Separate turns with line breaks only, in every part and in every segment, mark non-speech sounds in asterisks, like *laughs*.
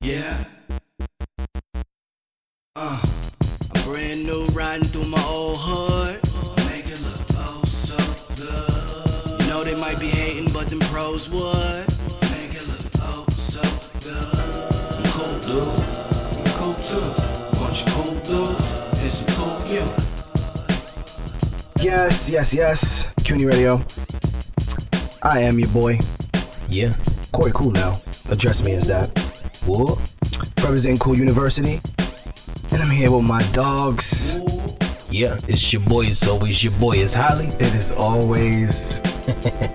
Yeah. Uh, I'm brand new riding through my old hood. Make it look oh so good. You know they might be hating, but them pros would. Make it look oh so good. I'm cool, dude. I'm cool too. Bunch of cool dudes and some cool you.
Yes, yes, yes. CUNY Radio. I am your boy,
Yeah.
Corey Cool now. Address me as that.
What?
Representing Cool University. And I'm here with my dogs.
Yeah. It's your boy. It's always your boy. It's Holly.
It is always,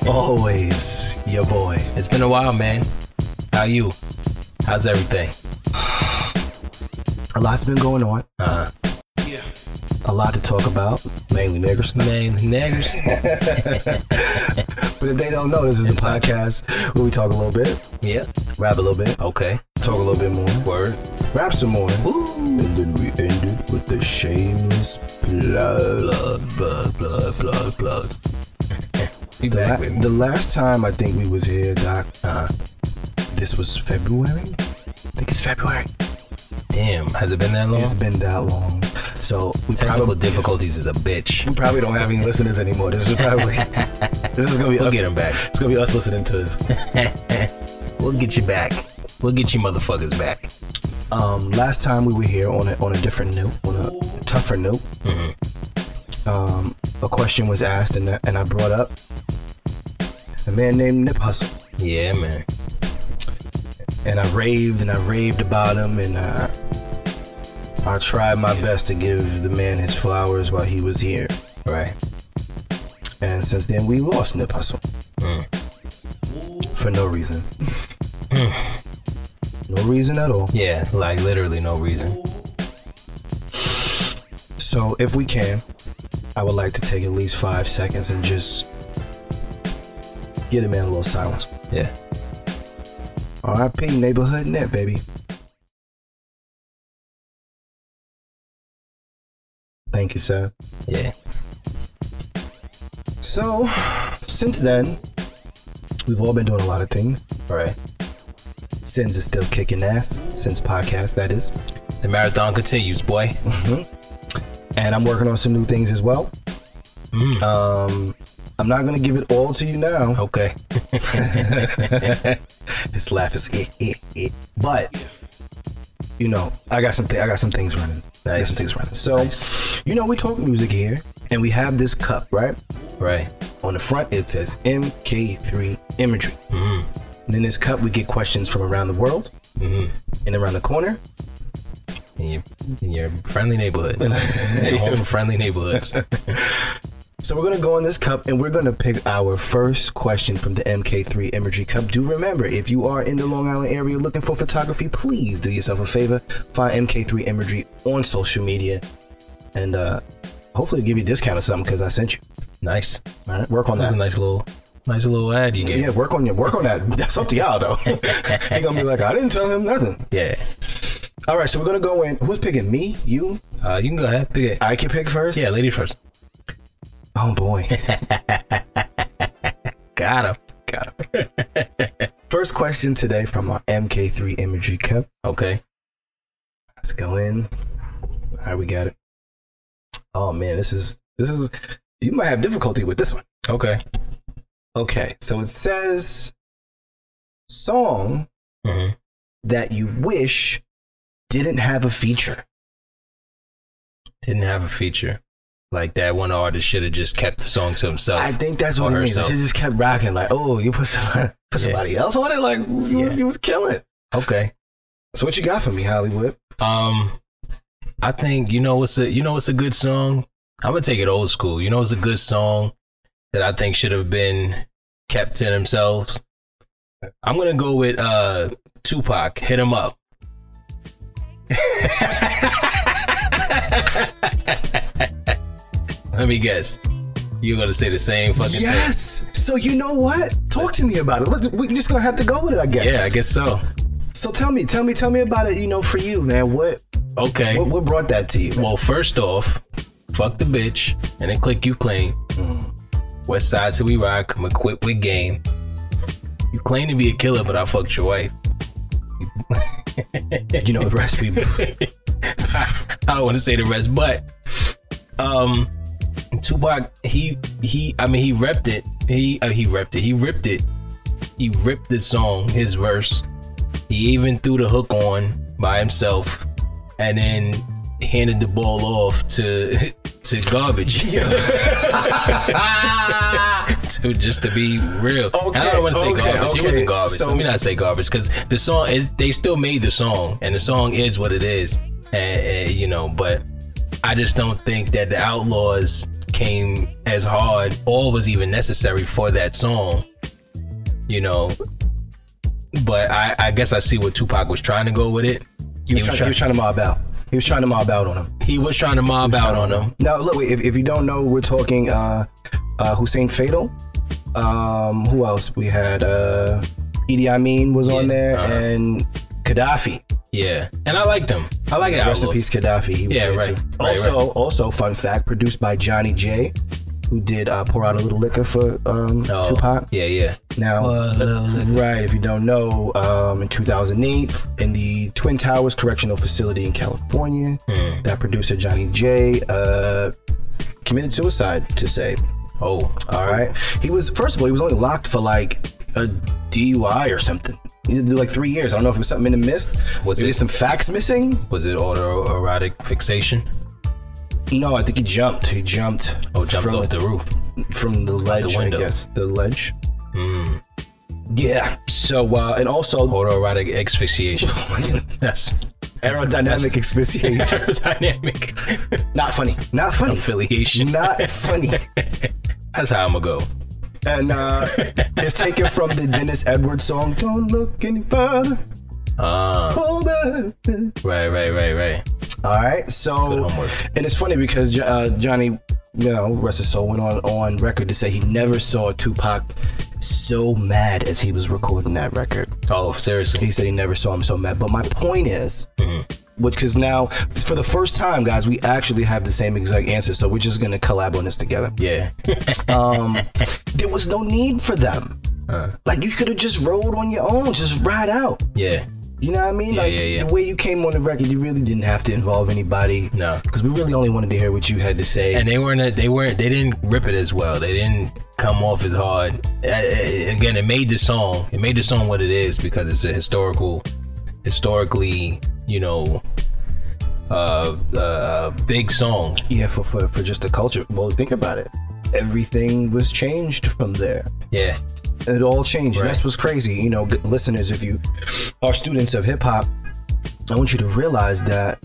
*laughs* always your boy.
It's been a while, man. How you? How's everything?
A lot's been going on.
Uh,
Yeah.
A lot to talk about. Mainly niggers.
man, niggers.
But if they don't know, this is a podcast where we talk a little bit,
yeah.
rap a little bit,
Okay.
talk a little bit more,
Word.
rap some more.
Ooh.
And then we end it with the shameless plug.
Plug, plug, plug, plug, plug. *laughs* Be
The, la-
back with me.
the last time I think we was here, Doc,
Uh,
this was February. I think it's February.
damn. Has it been that long?
It's been that long. So we
Technical
probably,
difficulties is a bitch.
we probably don't have any listeners anymore. This is *laughs* probably this is gonna be
We'll
us.
get 'em back.
It's gonna be us listening to *laughs* this.
We'll get you back. We'll get you motherfuckers back.
Um, last time we were here on a on a different note, on a tougher note. Um, a question was asked and I- and I brought up a man named Nip Hustle.
Yeah, man.
and I raved and I raved about him and I I tried my best to give the man his flowers while he was here.
Right.
And since then we lost Nip Hustle. For no reason. no reason at all.
Yeah. Like literally no reason.
So if we can, I would like to take at least five seconds and just get a man a little silence.
Yeah.
RIP neighborhood net, baby. Thank you, sir.
Yeah.
So, since then, we've all been doing a lot of things.
Right.
Sins is still kicking ass, Sins podcast, that is.
The marathon continues, boy.
And I'm working on some new things as well.
Mm,
Um, I'm not going to give it all to you now.
Okay.
His laugh is eh, eh, eh. But, you know, I got some, thi- I got some things running. I got
Nice.
some things running. So,
Nice.
you know, we talk music here, and we have this cup, right?
Right.
On the front, it says MK3 Imagery.
Mm-hmm.
And in this cup, we get questions from around the world
Mm-hmm.
and around the corner.
In your, in your friendly neighborhood. your home friendly neighborhoods.
So we're gonna go in this cup and we're gonna pick our first question from the MK3 Imagery Cup. Do remember, if you are in the Long Island area looking for photography, please do yourself a favor. Find MK3 Imagery on social media and uh, hopefully give you a discount or something because I sent you.
Nice.
All right, work on
That's a
that.
nice little, nice little ad you
Yeah,
gave.
work on your work on that. That's up to y'all though. *laughs* they gonna be like, I didn't tell him nothing.
Yeah.
All right, so we're gonna go in. Who's picking? Me? You?
Uh, you can go ahead. Pick it.
I can pick first.
Yeah, lady first. *laughs*
Oh boy.
Got him.
first question today from our MK3 Imagery Cup.
Okay.
Let's go in. All right, we got it. Oh man, this is this is you might have difficulty with this one.
Okay.
Okay, so it says song
hmm
that you wish didn't have a feature.
Didn't have a feature. Like that one artist should have just kept the song to himself.
I think that's what
Or
it means. She
herself.
just kept rocking like, oh, you put somebody, *laughs* put
Yeah.
somebody else on it, like you, was,
Yeah.
you was killing.
okay.
So what you got for me, Hollywood?
Um, I think you know what's a you know what's a good song. I'm gonna take it old school. You know it's a good song that I think should have been kept to themselves. I'm gonna go with uh Tupac. Hit him up. *laughs* Let me guess. You're gonna say the same fucking
Yes. So you know what? Talk to me about it. Let's- We're just gonna have to go with it, I guess.
thing. Yeah, I guess so.
So tell me, tell me, tell me about it. You know, for you, man, what
Okay.
what, what brought that to you? man?
Well, first off, fuck the bitch and then click you claim. West side till we rock, I'm equipped with game. You claim to be a killer, but I fucked your wife.
You know the *laughs* recipe.
I don't want to say the rest, but um, Tupac, he he, I mean, he repped it. He uh, he repped it. He ripped it. He ripped the song, his verse. He even threw the hook on by himself, and then handed the ball off to *laughs* to
*laughs*
garbage. *laughs* to just to be real, And I
Okay,
don't want to say
okay,
garbage. It
okay.
wasn't garbage.
So-
Let me not say garbage because the song is. They still made the song, and the song is what it is, and, and, you know. But I just don't think that the Outlaws came as hard or was even necessary for that song. You know. But I, I guess I see what Tupac was trying to go with it.
He was,
was
trying,
try-
he was trying to mob out. He was trying to mob out on him.
He was trying to mob out on them.
Now, look, wait, if, if you don't know, we're talking uh, uh, Hussein Fatal. Um, who else? We had uh, Idi Amin was on
Yeah,
there
uh-huh.
and Gaddafi.
Yeah, and I liked them. I like it.
Rest in
Outlaws.
peace, Gaddafi. He was
Yeah,
there
right,
too.
right,
Also, also, fun fact, produced by Johnny J, who did uh, pour out a little liquor for um,
Oh,
Tupac.
Yeah, yeah.
Now,
Well, uh,
right, if you don't know, um, in 2008, in the Twin Towers Correctional Facility in California,
Hmm.
that producer Johnny J uh, committed suicide to say.
Oh,
All right. He was, first of all, he was only locked for like a DUI or something. He did like three years. I don't know if it was something in the mist.
Was
Was there
it-
some facts missing?
was it autoerotic fixation?
No, I think he jumped. He jumped.
Oh, jumped
from,
off the roof.
from the ledge.
the window. Hmm.
I guess the ledge. Yeah. So uh, and also
Autoerotic
*laughs*
asphyxiation.
Oh
*laughs* That's
aerodynamic asphyxiation. *laughs*
aerodynamic *laughs*
Not funny. Not funny.
affiliation.
Not funny.
That's how I'm gonna go.
And *laughs* uh, it's taken from the Dennis Edwards song. Don't look any further. Ah.
Uh,
Older.
right, right, right, right.
All right. So,
Good homework.
and it's funny because Jo- uh, Johnny, you know, rest his soul, went on on record to say he never saw Tupac so mad as he was recording that record.
Oh, seriously.
He said he never saw him so mad. But my point is, which because now for the first time, guys, we actually have the same exact answer. So we're just gonna collab on this together.
Yeah. *laughs*
Um, there was no need for them.
Uh.
Like you could have just rolled on your own, just ride out.
yeah.
You know what I mean? like
yeah, yeah.
the way you came on the record, you really didn't have to involve anybody.
No.
because we really only wanted to hear what you had to say.
And they weren't. They weren't. They didn't rip it as well. They didn't come off as hard. Uh, uh, Again, it made the song. It made the song what it is because it's a historical, historically, you know, uh, uh, big song.
yeah, for, for for just the culture. Well, think about it. Everything was changed from there.
Yeah.
it all changed.
Right.
And that's what's crazy. You know, g- listeners, if you are students of hip hop, I want you to realize that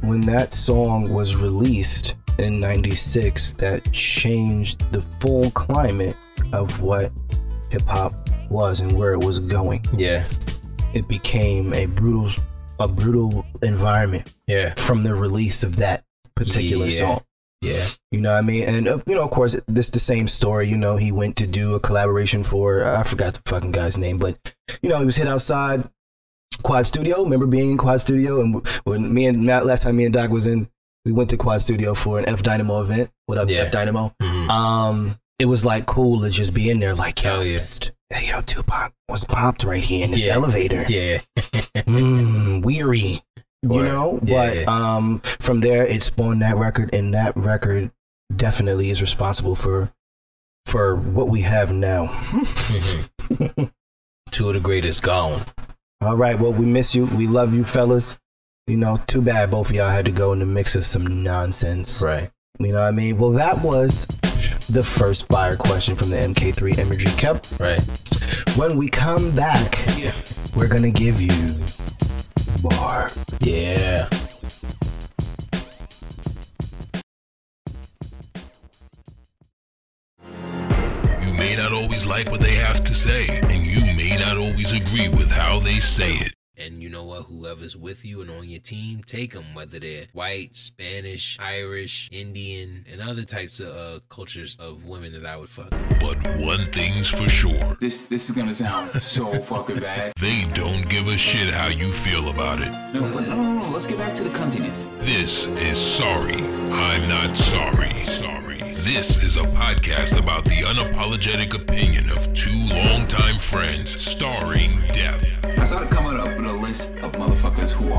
when that song was released in 96, that changed the full climate of what hip hop was and where it was going.
Yeah.
It became a brutal a brutal environment
Yeah.
from the release of that particular
Yeah.
song.
Yeah.
You know what I mean? And of you know, of course, this the same story. You know, he went to do a collaboration for uh, I forgot the fucking guy's name, but you know, he was hit outside Quad Studio. Remember being in Quad Studio? And when me and Matt last time me and Doc was in, we went to Quad Studio for an F Dynamo event. What up,
Yeah.
F Dynamo?
Mhm.
Um, it was like cool to just be in there, like yo,
Hell yeah.
psst, hey, yo, Tupac was popped right here in this
Yeah.
elevator.
Yeah.
Mm, weary. You
Right.
know,
Yeah,
but
yeah.
um, from there it spawned that record, and that record definitely is responsible for for what we have now.
Mhm. Two of the greatest gone.
All right, well, we miss you, we love you, fellas. You know, too bad both of y'all had to go in the mix of some nonsense.
Right.
You know what I mean? Well, that was the first fire question from the MK3 Imagery Cup.
Right.
When we come back,
Yeah.
we're gonna give you more.
Yeah.
You may not always like what they have to say, and you may not always agree with how they say it.
And you know what? Whoever's with you and on your team, take them, whether they're white, Spanish, Irish, Indian, and other types of uh, cultures of women that I would fuck.
But one thing's for sure
This this is gonna sound so fucking bad.
they don't give a shit how you feel about it.
No, no, no, no, no, Let's get back to the cuntiness.
This is Sorry, I'm Not Sorry. Sorry. This is a podcast about the unapologetic opinion of two longtime friends, starring Depp,
I started coming up with a list of motherfuckers in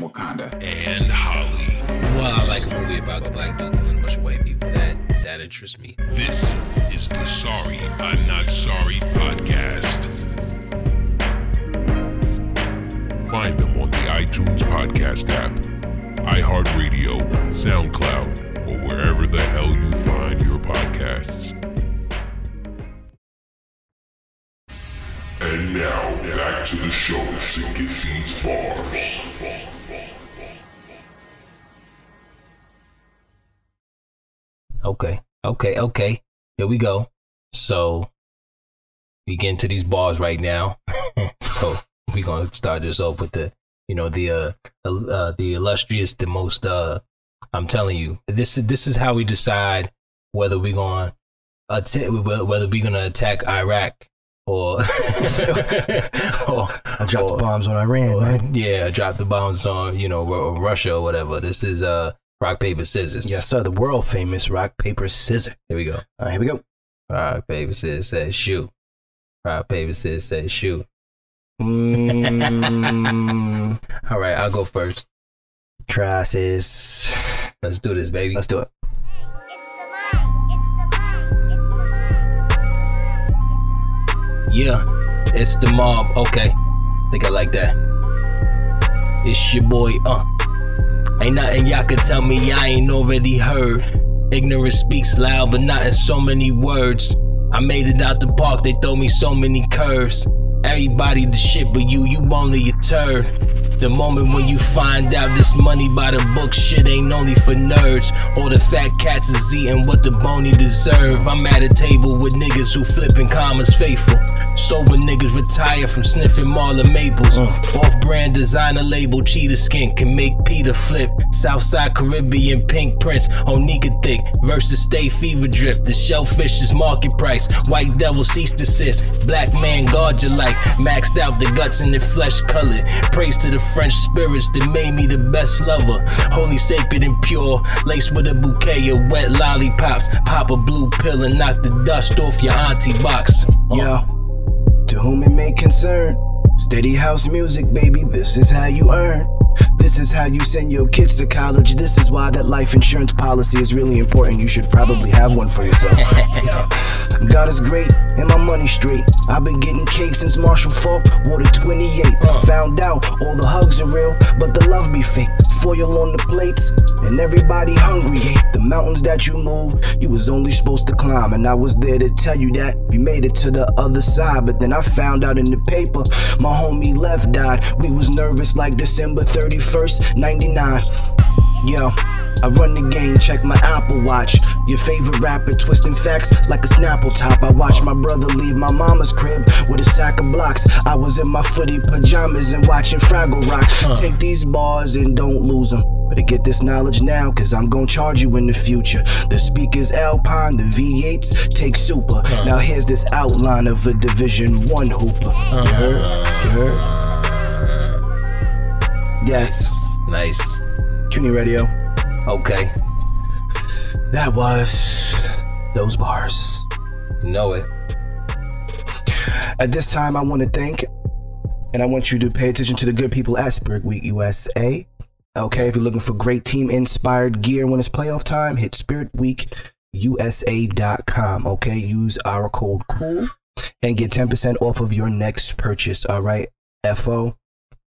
Wakanda.
and Holly.
Well, I like a movie about a black dude killing a bunch of white people. That that interests me.
This is the Sorry I'm Not Sorry podcast. Find them on the iTunes podcast app, iHeartRadio, SoundCloud, or wherever the hell you find your podcasts. And now, back to the show to get these bars.
Okay. Okay. Okay. Here we go. So we get into these bars right now. *laughs* so we're gonna start this off with the you know the uh, uh the illustrious, the most uh I'm telling you, this is this is how we decide whether we're gonna atta- whether we're gonna attack Iraq or *laughs* or,
I dropped
or-
the bombs on Iran,
or-
man.
yeah, drop the bombs on you know Ru- Russia or whatever. This is uh rock paper scissors.
Yes, sir. The world famous rock, paper, scissors.
here we go.
All right, here we go.
Rock, paper, scissors, says shoot. Rock, paper, scissors, says shoot.
Mm, *laughs*
All right, I'll go first.
crisis.
Let's do this, baby.
Let's do it.
Yeah, it's the mob. Okay, think I like that. It's your boy. Uh, ain't nothing y'all could tell me I ain't already heard. Ignorance speaks loud, but not in so many words. I made it out the park. They throw me so many curves. Everybody the shit, but you, you only a turd. The moment when you find out this money by the book shit ain't only for nerds. All the fat cats is eating what the bony deserve. I'm at a table with niggas who flipping commas faithful. Sober niggas retire from sniffing Marla Maples. Off brand designer label, cheetah skin can make Peter flip. Southside Caribbean pink prince, Onika thick versus stay fever drip. The shellfish is market price. White devil cease desist. Black man guard your life. Maxed out the guts and the flesh colored. Praise to the French spirits that made me the best lover. Holy, sacred, and pure. Laced with a bouquet of wet lollipops. Pop a blue pill and knock the dust off your auntie box.
Yo, to whom it may concern, steady house music, baby, this is how you earn. This is how you send your kids to college. This is why that life insurance policy is really important. You should probably have one for yourself. *laughs* God is great and my money straight. I've been getting cake since Marshall Falk, Water 28. Found out all the hugs are real, but the love be fake. Foil on the plates and everybody hungry. Ain't The mountains that you move, you was only supposed to climb. And I was there to tell you that you made it to the other side. But then I found out in the paper, my homie left died. We was nervous like December 31st, 99. Yo, I run the game, check my Apple Watch. Your favorite rapper twisting facts like a Snapple top. I watched my brother leave my mama's crib with a sack of blocks. I was in my footy pajamas and watching Fraggle Rock. Take these bars and don't lose them. Better get this knowledge now, cause I'm gonna charge you in the future. The speakers Alpine, the V8s take super. Now here's this outline of a Division 1 hooper. You heard? You heard? Yes,
Nice.
CUNY Radio.
Okay.
That was those bars.
Know it.
At this time, I want to thank and I want you to pay attention to the good people at Spirit Week USA. Okay, if you're looking for great team inspired gear when it's playoff time, hit spiritweekusa.com. Okay, use our code COOL and get 10% off of your next purchase. All right, FO.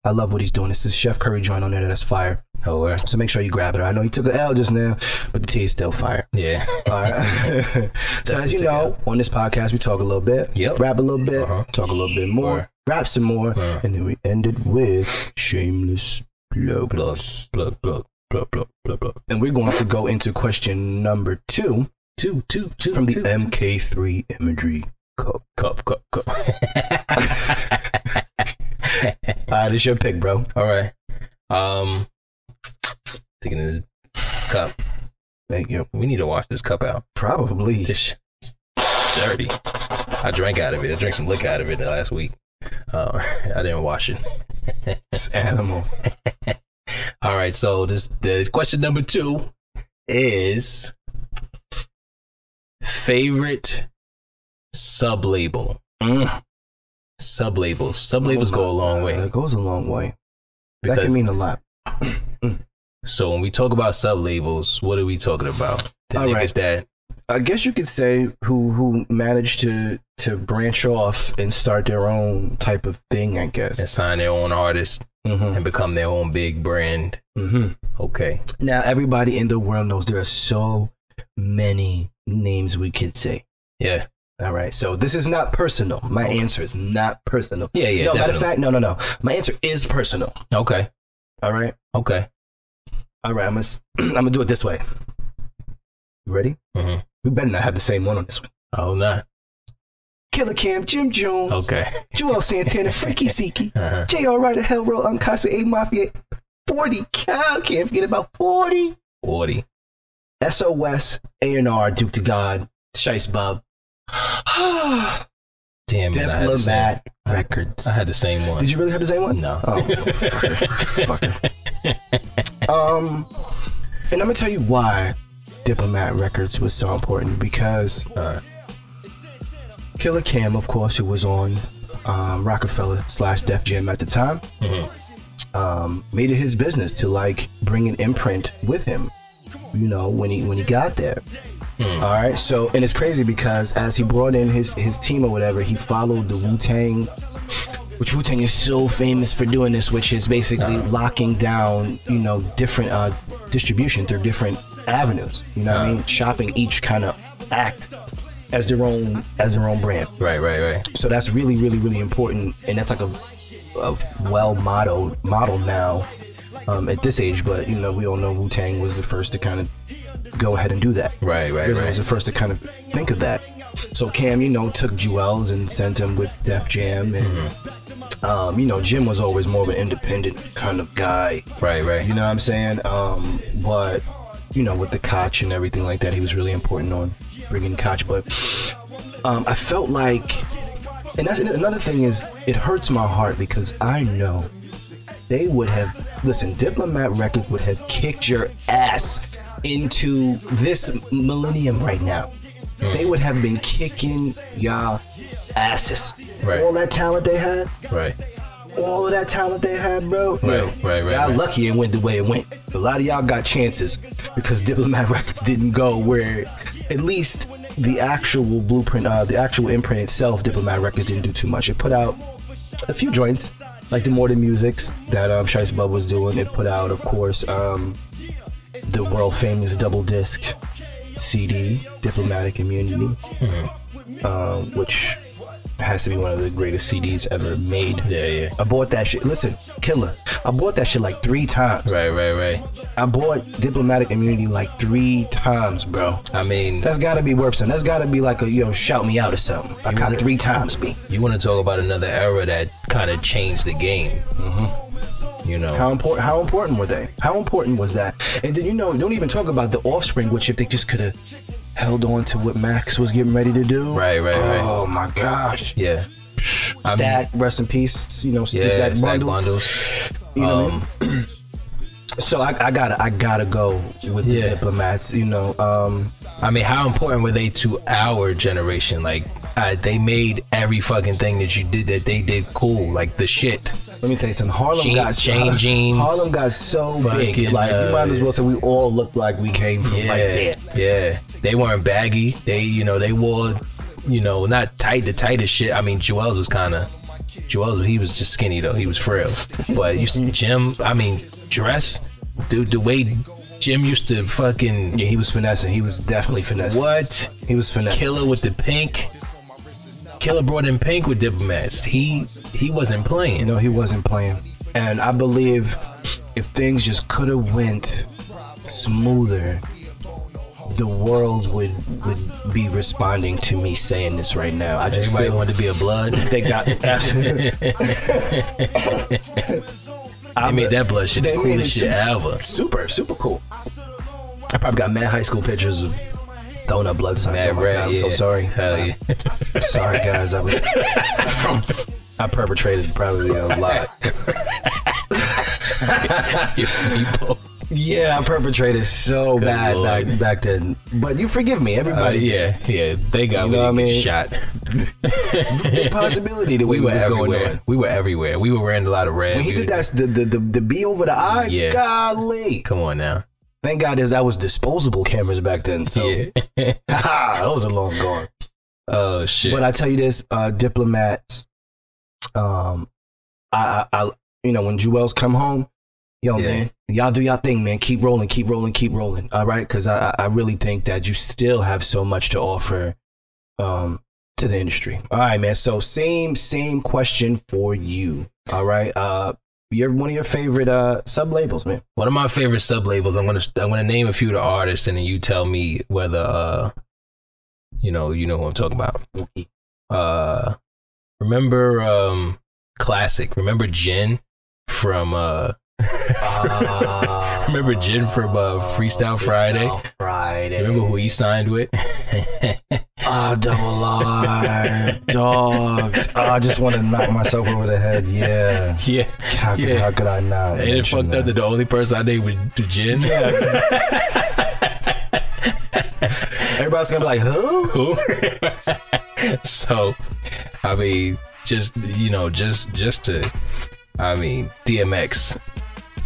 I love what he's doing. This is Chef Curry joint on there. That's fire.
Oh, where?
So make sure you grab it. I know he took a L just now, but the tea is still fire.
Yeah.
All
*laughs*
right. so as
Definitely
you
check
know, on this podcast we talk a little bit,
Yep.
rap a little bit,
Uh-huh.
talk a little bit more,
Right.
rap some more,
Right.
and then we ended with shameless
Plug,
plugs.
plug, plug, plug, plug, plug, plug.
And we're going to go into question number two
Two, two, two.
from the
two, two.
MK3 Imagery Cup.
Cup, cup, cup. *laughs*
All right, it's your pick, bro.
All right. Um, taking this cup.
Thank you.
We need to wash this cup out.
Probably.
This shit's dirty. I drank out of it. I drank some liquor out of it last week. Uh, *laughs* I didn't wash it. *laughs*
It's animals.
All right. So this, the question number two is favorite sub label.
Mm.
Sub labels. Sub labels go a long way
It goes a long way. that
because
can Uh, mean a lot.
So when we talk about sub labels, what are we talking about? The
All
niggas
right.
that
I guess you could say who who managed to to branch off and start their own type of thing. I
and
guess.
sign their own artist
Mm-hmm.
and become their own big brand.
Mm-hmm.
Okay.
Now everybody in the world knows there are so many names we could say.
Yeah.
All right, so this is not personal. My answer is not personal.
Yeah, yeah,
No, matter
definitely.
of fact, no, no, no. My answer is personal.
Okay.
All right,
Okay.
all right. I'm gonna, s- *clears throat* I'm gonna do it this way. You ready?
hmm
We better not have the same one on this one.
Oh, not.
Killer Cam, Jim Jones,
Okay. *laughs*
Joel Santana, Freaky Seeky,
Uh-huh.
J.R. Ryder, Hell Row, Uncasa, A Mafia, 40 Cal. Can't forget about 40.
40.
SOS, A&R, Duke to God, Shice Bub,
Damn, man, I had the same,
Diplomat Records.
I had the same one.
Did you really have the same one?
No.
Oh, fucker, fucker. *laughs* Um, and I'm gonna tell you why Diplomat Records was so important because
Uh,
Killer Cam, of course, who was on um, Rockefeller slash Def Jam at the time,
Mhm.
um, made it his business to like bring an imprint with him. You know, when he when he got there. All right. So, and it's crazy because as he brought in his his team or whatever, he followed the Wu Tang. Which Wu Tang is so famous for doing this, which is basically locking down, you know, different uh, distribution through different avenues. You know, what I mean,
Uh-huh.
shopping each kind of act as their own as their own brand.
right, right, right.
So that's really, really, really important, and that's like a, a well modeled model now um, at this age. But you know, we all know Wu Tang was the first to kind of go ahead and do that.
Right, right,
RZA
right.
was the first to kind of think of that. So Cam, you know, took Jewels and sent him with Def Jam, and um, you know, Jim was always more of an independent kind of guy.
Right,
You
right.
know what I'm saying? Um, but you know, with the Koch and everything like that, he was really important on bringing Koch. But um, I felt like, and that's and another thing is, it hurts my heart because I know they would have listen. Diplomat Records would have kicked your ass into this millennium right now.
Hmm.
They would have been kicking y'all asses.
Right.
All that talent they had,
Right.
all of that talent they had, bro.
Right, right, right,
Y'all
right.
lucky and went the way it went. A lot of y'all got chances because Diplomat *laughs* Records didn't go where, at least the actual blueprint, uh, the actual imprint itself, Diplomat Records didn't do too much. It put out a few joints, like the More Than Musics that um, Shice Bub was doing. It put out, of course, um, the world famous double disc CD, Diplomatic Immunity,
Mm-hmm.
um, which has to be one of the greatest CDs ever made.
Yeah, yeah.
I bought that shit. Listen, killer. I bought that shit like three times.
Right, right, right.
I bought diplomatic immunity like three times, bro.
I mean,
That's gotta be worth something. That's gotta be like a yo, shout me out or something. I counted three times, B.
you want to talk about another era that kind of changed the game. You know,
Mm-hmm. How important? How important were they? How important was that? And then you know, don't even talk about the offspring, which if they just could have held on to what Max was getting ready to do.
Right, right, right.
Oh my gosh.
yeah. I mean,
Stat, rest in peace. You know,
yeah,
just that
stack
bundle.
bundles.
You know what I mean?
um,
*clears throat* So I, I gotta, I gotta go with the
Yeah.
diplomats. You know, um,
I mean, how important were they to our generation? Like, uh, they made every fucking thing that you did that they did cool, like the shit.
Let me tell you something. Harlem
Jean-
got *laughs*
chain jeans.
Harlem got so big.
Fucking,
Like you might as well
uh,
say we all look like we came from
Yeah,
like there.
yeah. They weren't baggy. They, you know, they wore, you know, not tight the tightest shit. I mean, Joel's was kind of, Joel's he was just skinny though. He was frail. But you see Jim, I mean, dress, dude, the way Jim used to fucking
Yeah, he was finessing. He was definitely finessing.
what
He was finessing.
killer with the pink. Killer brought in pink with diplomats. He he wasn't
You
playing.
know, he wasn't playing. And I believe if things just could have went smoother, the world would would be responding to me saying this right now. I just
Everybody
feel
wanted to be a *laughs* blood.
they got absolutely.
I made that blood shit the
They made
coolest
it
shit ever.
super, super cool. I probably got mad high school pictures of throwing up blood signs.
Mad
oh my
rat,
God, I'm so
yeah.
sorry.
Hell *laughs* yeah.
I'm sorry, guys. I, was,
*laughs*
I perpetrated probably a lot.
*laughs* you, you both.
Yeah, I perpetrated so
Good
bad back,
Lord.
back then. But you forgive me,
Uh,
everybody.
yeah, yeah, they got
You know
me
what I
to
mean?
get shot.
Big possibility the way
Uh, *laughs* we
we
were
was going
everywhere.
on.
we were everywhere. We were wearing a lot of red.
When he
We-
did that, the the, the, the B over the eye,
Yeah.
golly!
Come on now.
Thank God that was disposable cameras back then. So *laughs* Ah,
yeah.
that was a long gone.
oh shit.
But I tell you this, uh, diplomats. Um, I, I, I, you know, when Jewels come home, yo,
Yeah.
man, y'all do y'all thing, man. Keep rolling, keep rolling, keep rolling. All right, because I, I I really think that you still have so much to offer, um, to the industry. All right, man. So same, same question for you. All right, uh, you're one of your favorite uh sub labels, man.
One of my favorite sub labels. I'm gonna I'm gonna name a few of the artists, and then you tell me whether uh, you know, you know who I'm talking about. Uh, remember um, classic. Remember Jen from uh, *laughs*
Uh.
remember Jen from uh, Freestyle Friday.
Friday.
Remember who he signed with?
Ah, double R, dogs. Ah, *laughs* I just want to knock myself over the head. *laughs* Yeah.
yeah,
How could,
Yeah.
how could I not?
and it
mention
fucked up that the only person I named was Jen.
Everybody's gonna be like, who?
Who? *laughs* so, I mean, just you know, just just to, I mean, DMX,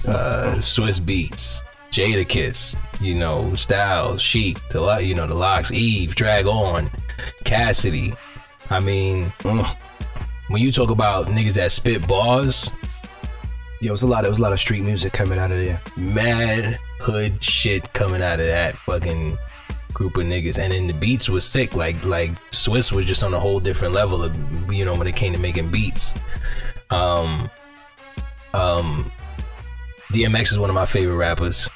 uh, *laughs* Swiss Beats, Jada Kiss, you know, Styles, Chic, the lot, you know, the Locks, Eve, Drag On, Cassidy. I mean, when you talk about niggas that spit bars,
Yo, it was a lot. It was a lot of street music coming out of there.
mad hood shit coming out of that fucking group of niggas and then the beats was sick like like swiss was just on a whole different level of you know when it came to making beats um um dmx is one of my favorite rappers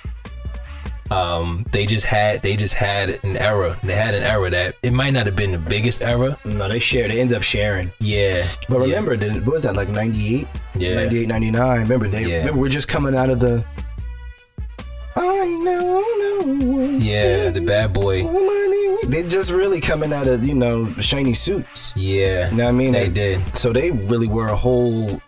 um they just had they just had an era they had an era that it might not have been the biggest era
No, they share. They end up sharing.
yeah
But
yeah,
remember, the- what was that like 98,
yeah
98, 99? Remember they?
Yeah.
Remember we're just coming out of the. I know, no.
yeah the bad boy
They just really coming out of you know shiny suits.
yeah
You know what I mean?
they did
so they really were a whole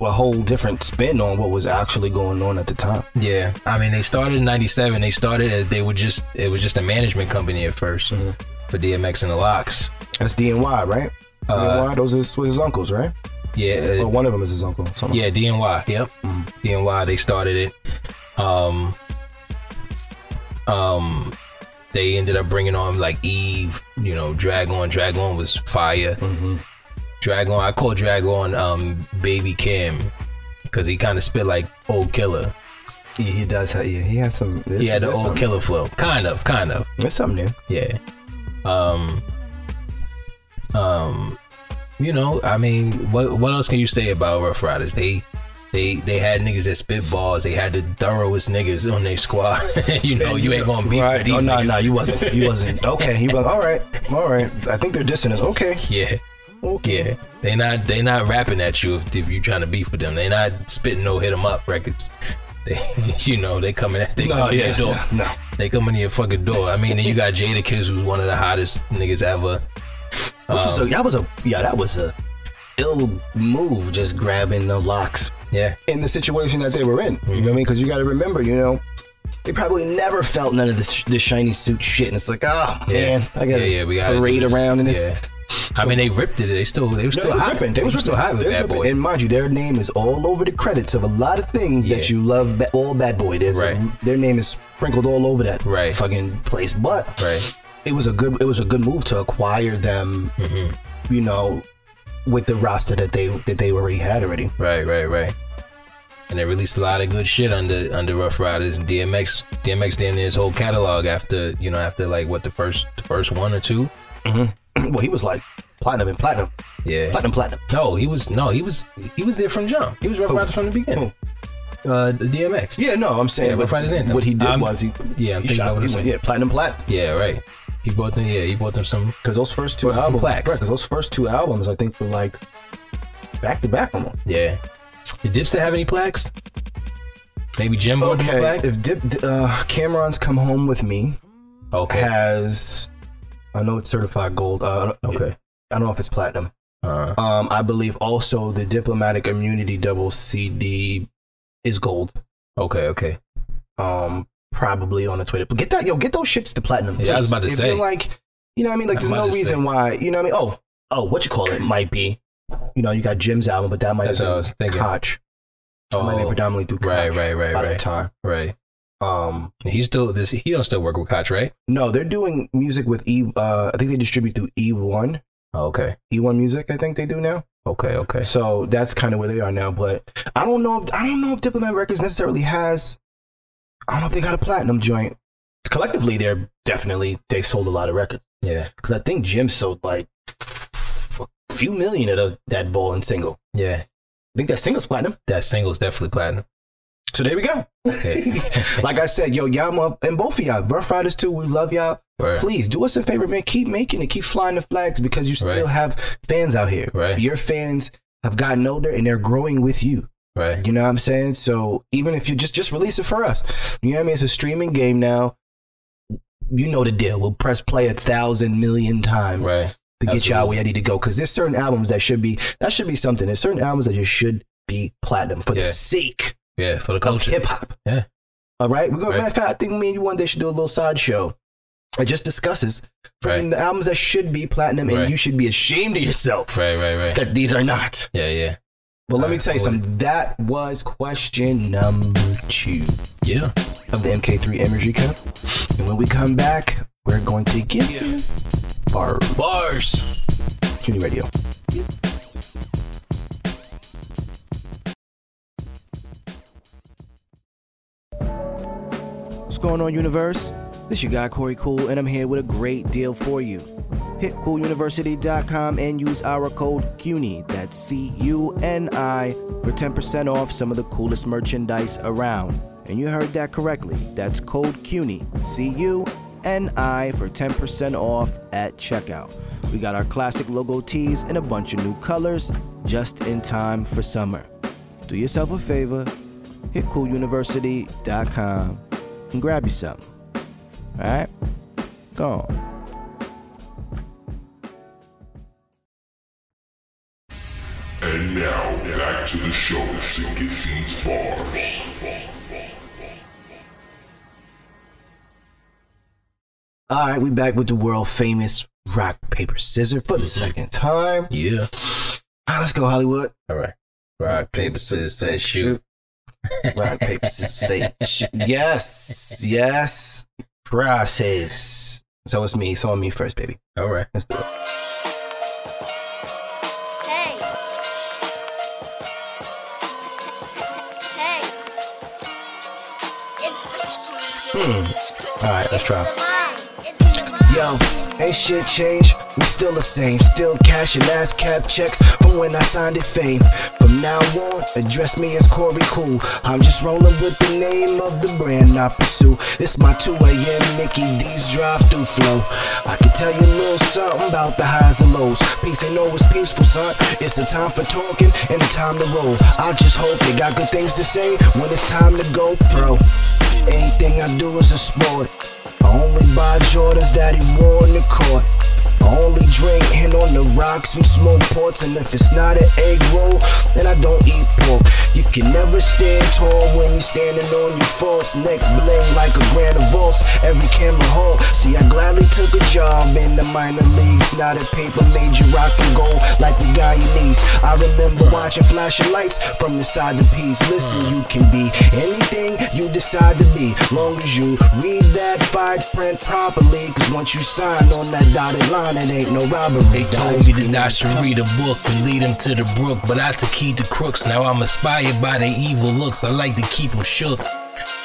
a whole different spin on what was actually going on at the time.
Yeah, I mean, they started in '97. They started as they were just it was just a management company at 1st for DMX and the Locks.
That's DNY, right?
Uh,
DNY, those are his, his uncles, right?
Yeah, Mm-hmm.
Well,
uh,
one of them is his uncle. Something.
yeah, DNY. Yep, DNY. They started it. Um, um, they ended up bringing on like Eve. You know, Dragon. Dragon was fire. Dragon. I call Dragon um Baby Kim because he kind of spit like old killer.
Yeah, he does. Have, yeah, he had some. there's-
He had the
there's
old
something-
killer flow, kind of, kind of.
There's something new.
Yeah. Um. Um. You know, I mean, what what else can you say about Rough Riders? They they they had niggas that spit balls. They had the thoroughest niggas on their squad. *laughs* you know, you ain't gonna beef with these
Oh no,
niggas.
no, you wasn't. You wasn't.
*laughs*
Okay. He was. All right. All right. I think they're dissing us. Okay.
Yeah.
Okay.
Yeah, they not they not rapping at you if, if you trying to beef with them. They not spitting no hit 'em up records. *laughs* They, you know, they coming at they
No.
coming
Oh, Yeah.
at your door.
yeah, No.
They coming to your fucking door. I mean, then you got Jada Kiss, who's one of the hottest niggas ever.
Which is a,
Um,
that was a. Yeah. That was a ill move. Just grabbing the locks
Yeah,
in the situation that they were in. You know what I mean? Because you got to remember, you know, they probably never felt none of this, this shiny suit shit. And it's like, oh,
Yeah.
man, I got to
Yeah, yeah, we gotta do
parade
this.
around in this.
Yeah. I mean, they ripped it. They still, they were
No,
still
was
hot.
ripping. They was
were still
ripping.
hot with
They was
Bad
ripping.
Boy.
And mind you, their name is all over the credits of a lot of things that
Yeah.
you love. Ba- all bad boy. There's a-
Right.
their name is sprinkled all over that
Right.
fucking place. But
right.
it was a good. It was a good move to acquire them.
Mm-hmm.
You know, with the roster that they that they already had already. *clears throat*
Right. Right. Right. And they released a lot of good shit under under Rough Riders and DMX. DMX damn near his whole catalog after you know after like what the first the first one or two.
well, he was like platinum and platinum,
Yeah.
platinum, platinum.
No, he was no he was he was there from jump. He was Rough
Who?
Riders from the beginning. Uh, DMX.
Oh. Yeah, no, I'm saying
Yeah,
what,
Rough Riders Anthem.
what he did
I'm-
was he
yeah, I'm
he
thinking about
shot
what
he
I'm
went,
saying.
yeah platinum platinum
Yeah. Right. He bought them. Yeah. He bought them some.
because those first two
Well, some
albums
plaques.
because those first two albums I think were like back to back almost.
Yeah. Did Dipset have any plaques? Maybe Jim bought him a plaque.
If Dip, uh, Cameron's Come Home With Me
Okay.
has, I know it's certified gold. Uh, I don't-
okay.
I don't know if it's platinum.
Uh,
Um, I believe also the Diplomatic Immunity Double CD is gold.
okay. Okay.
um, probably on the Twitter. But get that, yo, get those shits to platinum.
Yeah, I was
please.
about to
if
say.
You're like, you know what I mean? Like,
I
there's
was
no
about to
reason
say.
why. You know what I mean? Oh, oh, what you call it might be. You know, you got Jim's album, but that might
That's what I
have
was
been
thinking.
Koch. I might have
Oh,
predominantly do Koch
right, right, right,
by that
right,
time.
right.
Um,
And He's still this. He don't still work with Koch, right?
no, they're doing music with E. Uh, I think they distribute through E1,
Oh, okay,
E1 Music. I think they do now.
okay, okay.
So that's kind of where they are now. But I don't know. If, I don't know if Diplomat Records necessarily has. I don't know if they got a platinum joint. Collectively, they're definitely they sold a lot of records
Yeah,
because I think Jim sold like a few million of the, that ball and single.
yeah.
I think that single's platinum.
That single's definitely platinum.
So there we
*laughs*
go. *laughs*
Yeah.
like I said, yo, y'all mo- and both of y'all, Rough Riders too. We love y'all.
Word.
Please do us a favor, man. Keep making it. Keep flying the flags because you still
Right.
have fans out here.
Right.
Your fans have gotten older and they're growing with you.
Right.
You know what I'm saying? So even if you just just release it for us, you know what I mean? It's a streaming game now. You know the deal. We'll press play a thousand million times
Right.
to get y'all
absolutely.
where I need to go. Because there's certain albums that should be that should be something. There's certain albums that just should be platinum for
Yeah.
the sake
Yeah. For the
of
culture.
hip hop.
Yeah.
All right. We're gonna
Right.
matter of fact, I think me and you one day should do a little sideshow. It just discusses
Right.
freaking the albums that should be platinum, and
Right.
you should be ashamed of yourself
Right. Right. Right.
that these are not.
Yeah. Yeah.
But let me
Alright,
tell you
cool.
something. That was question number two
Yeah.
of the MK3 Energy Cup. And when we come back, we're going to get you our
Bars.
CUNY Radio. What's going on, Universe? This your guy Corey Cool, and I'm here with a great deal for you. Hit cooluniversity.com and use our code CUNY, that's C U N I, for 10% off some of the coolest merchandise around. And you heard that correctly. That's code CUNY, C U N I, for 10% off at checkout. We got our classic logo tees in a bunch of new colors just in time for summer. Do yourself a favor, hit cooluniversity.com and grab you something. All right? Go on.
And now, back to the show to get these bars.
All right, we back with the world famous rock, paper, scissors for the second time.
Yeah.
Ah, let's go, Hollywood.
All right. Rock paper scissors say shoot.
Rock, paper, scissors. say- yes, yes. Process. So it's me. It's on me first, baby.
All right.
Let's do it.
Hey. Hey. It's
Hmm. All right, let's try.
the line. It's the line.
Yo, ain't shit changed. We still the same. Still cashing ass cap checks from when I signed it fame. From now on, address me as Corey Cool. I'm just rolling with the name of the brand I pursue. It's my 2 a.m. Mickey D's drive through flow. I can tell you a little something about the highs and lows. Peace ain't always peaceful, son. It's a time for talking and a time to roll. I just hope they got good things to say when it's time to go pro. Anything I do is a sport. I only buy Jordans that he wore on the court. I only drink and on the rocks and smoke ports. And if it's not an egg roll, then I don't eat pork. You can never stand tall when you're standing on your faults. Neck bling like a grand of vaults. Every camera hole. See, I gladly took a job in the minor leagues. Not a paper major rock and gold like the guy you needs. I remember watching flashing lights from the side of peace. Listen, you can be anything you decide to be. Long as you read that fine print properly. Cause once you sign on that dotted line, it ain't no robbery.
They told me that I should read a book and lead them to the brook, but I took heed to crooks. Now I'm inspired by their evil looks. I like to keep them shook.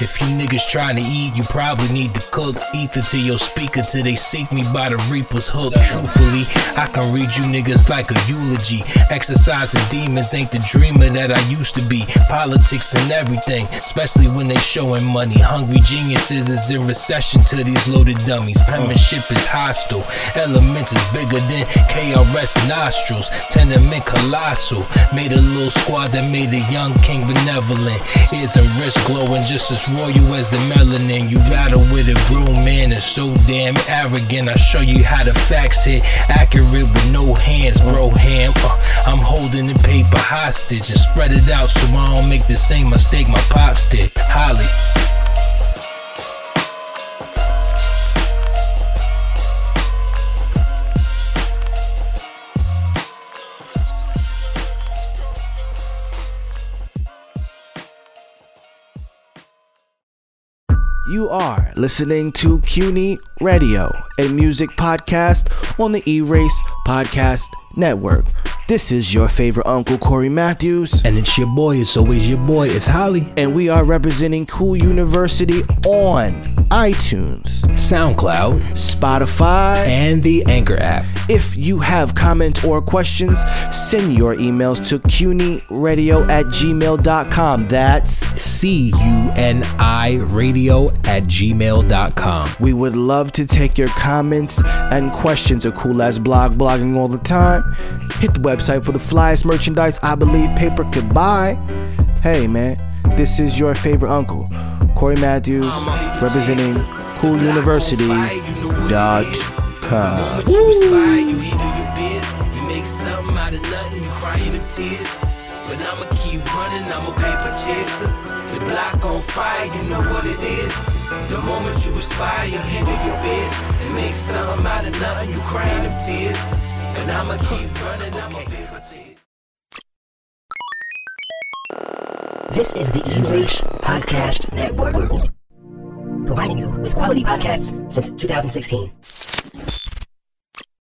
If you niggas trying to eat, you probably need to cook ether to your speaker till they seek me by the reaper's hook. Truthfully, I can read you niggas like a eulogy. Exercising demons ain't the dreamer that I used to be. Politics and everything, especially when they showing money. Hungry geniuses is in recession to these loaded dummies. Penmanship is hostile. Elements is bigger than KRS nostrils. Tenement colossal. Made a little squad that made a young king benevolent. Ears and wrists glowing just as royal as the melanin. You rattle with a grown man is so damn arrogant. I show you how the facts hit. Accurate with no hands, bro. Ham. Uh, I'm holding the paper hostage and spread it out so I don't make the same mistake my pops did. Holly.
You are listening to CUNY Radio, a music podcast on the E-Race Podcast Network. This is your favorite uncle, Corey Matthews.
And it's your boy. It's always your boy. It's Holly.
And we are representing Cool University on iTunes,
SoundCloud
Spotify,
and the Anchor app.
If you have comments or questions, send your emails to cunyradio at gmail.com. That's
C U N I radio at gmail.com.
we would love to take your comments and questions. A cool ass blog, blogging all the time. Hit the website for the flyest merchandise I believe paper could buy. Hey man, this is your favorite uncle, Corey Matthews, representing CoolUniversity.com.
But you slide, you handle your biz. You make something out of nothing, you crying them tears. But I'ma keep running, I'm a paper chaser. The block on fire, you know what it is. The moment you aspire, you handle your biz. And make something out of nothing, you crying them tears. But I'ma keep running, I'm a paper chaser.
This is the E-Race Podcast Network, providing you with quality podcasts since 2016.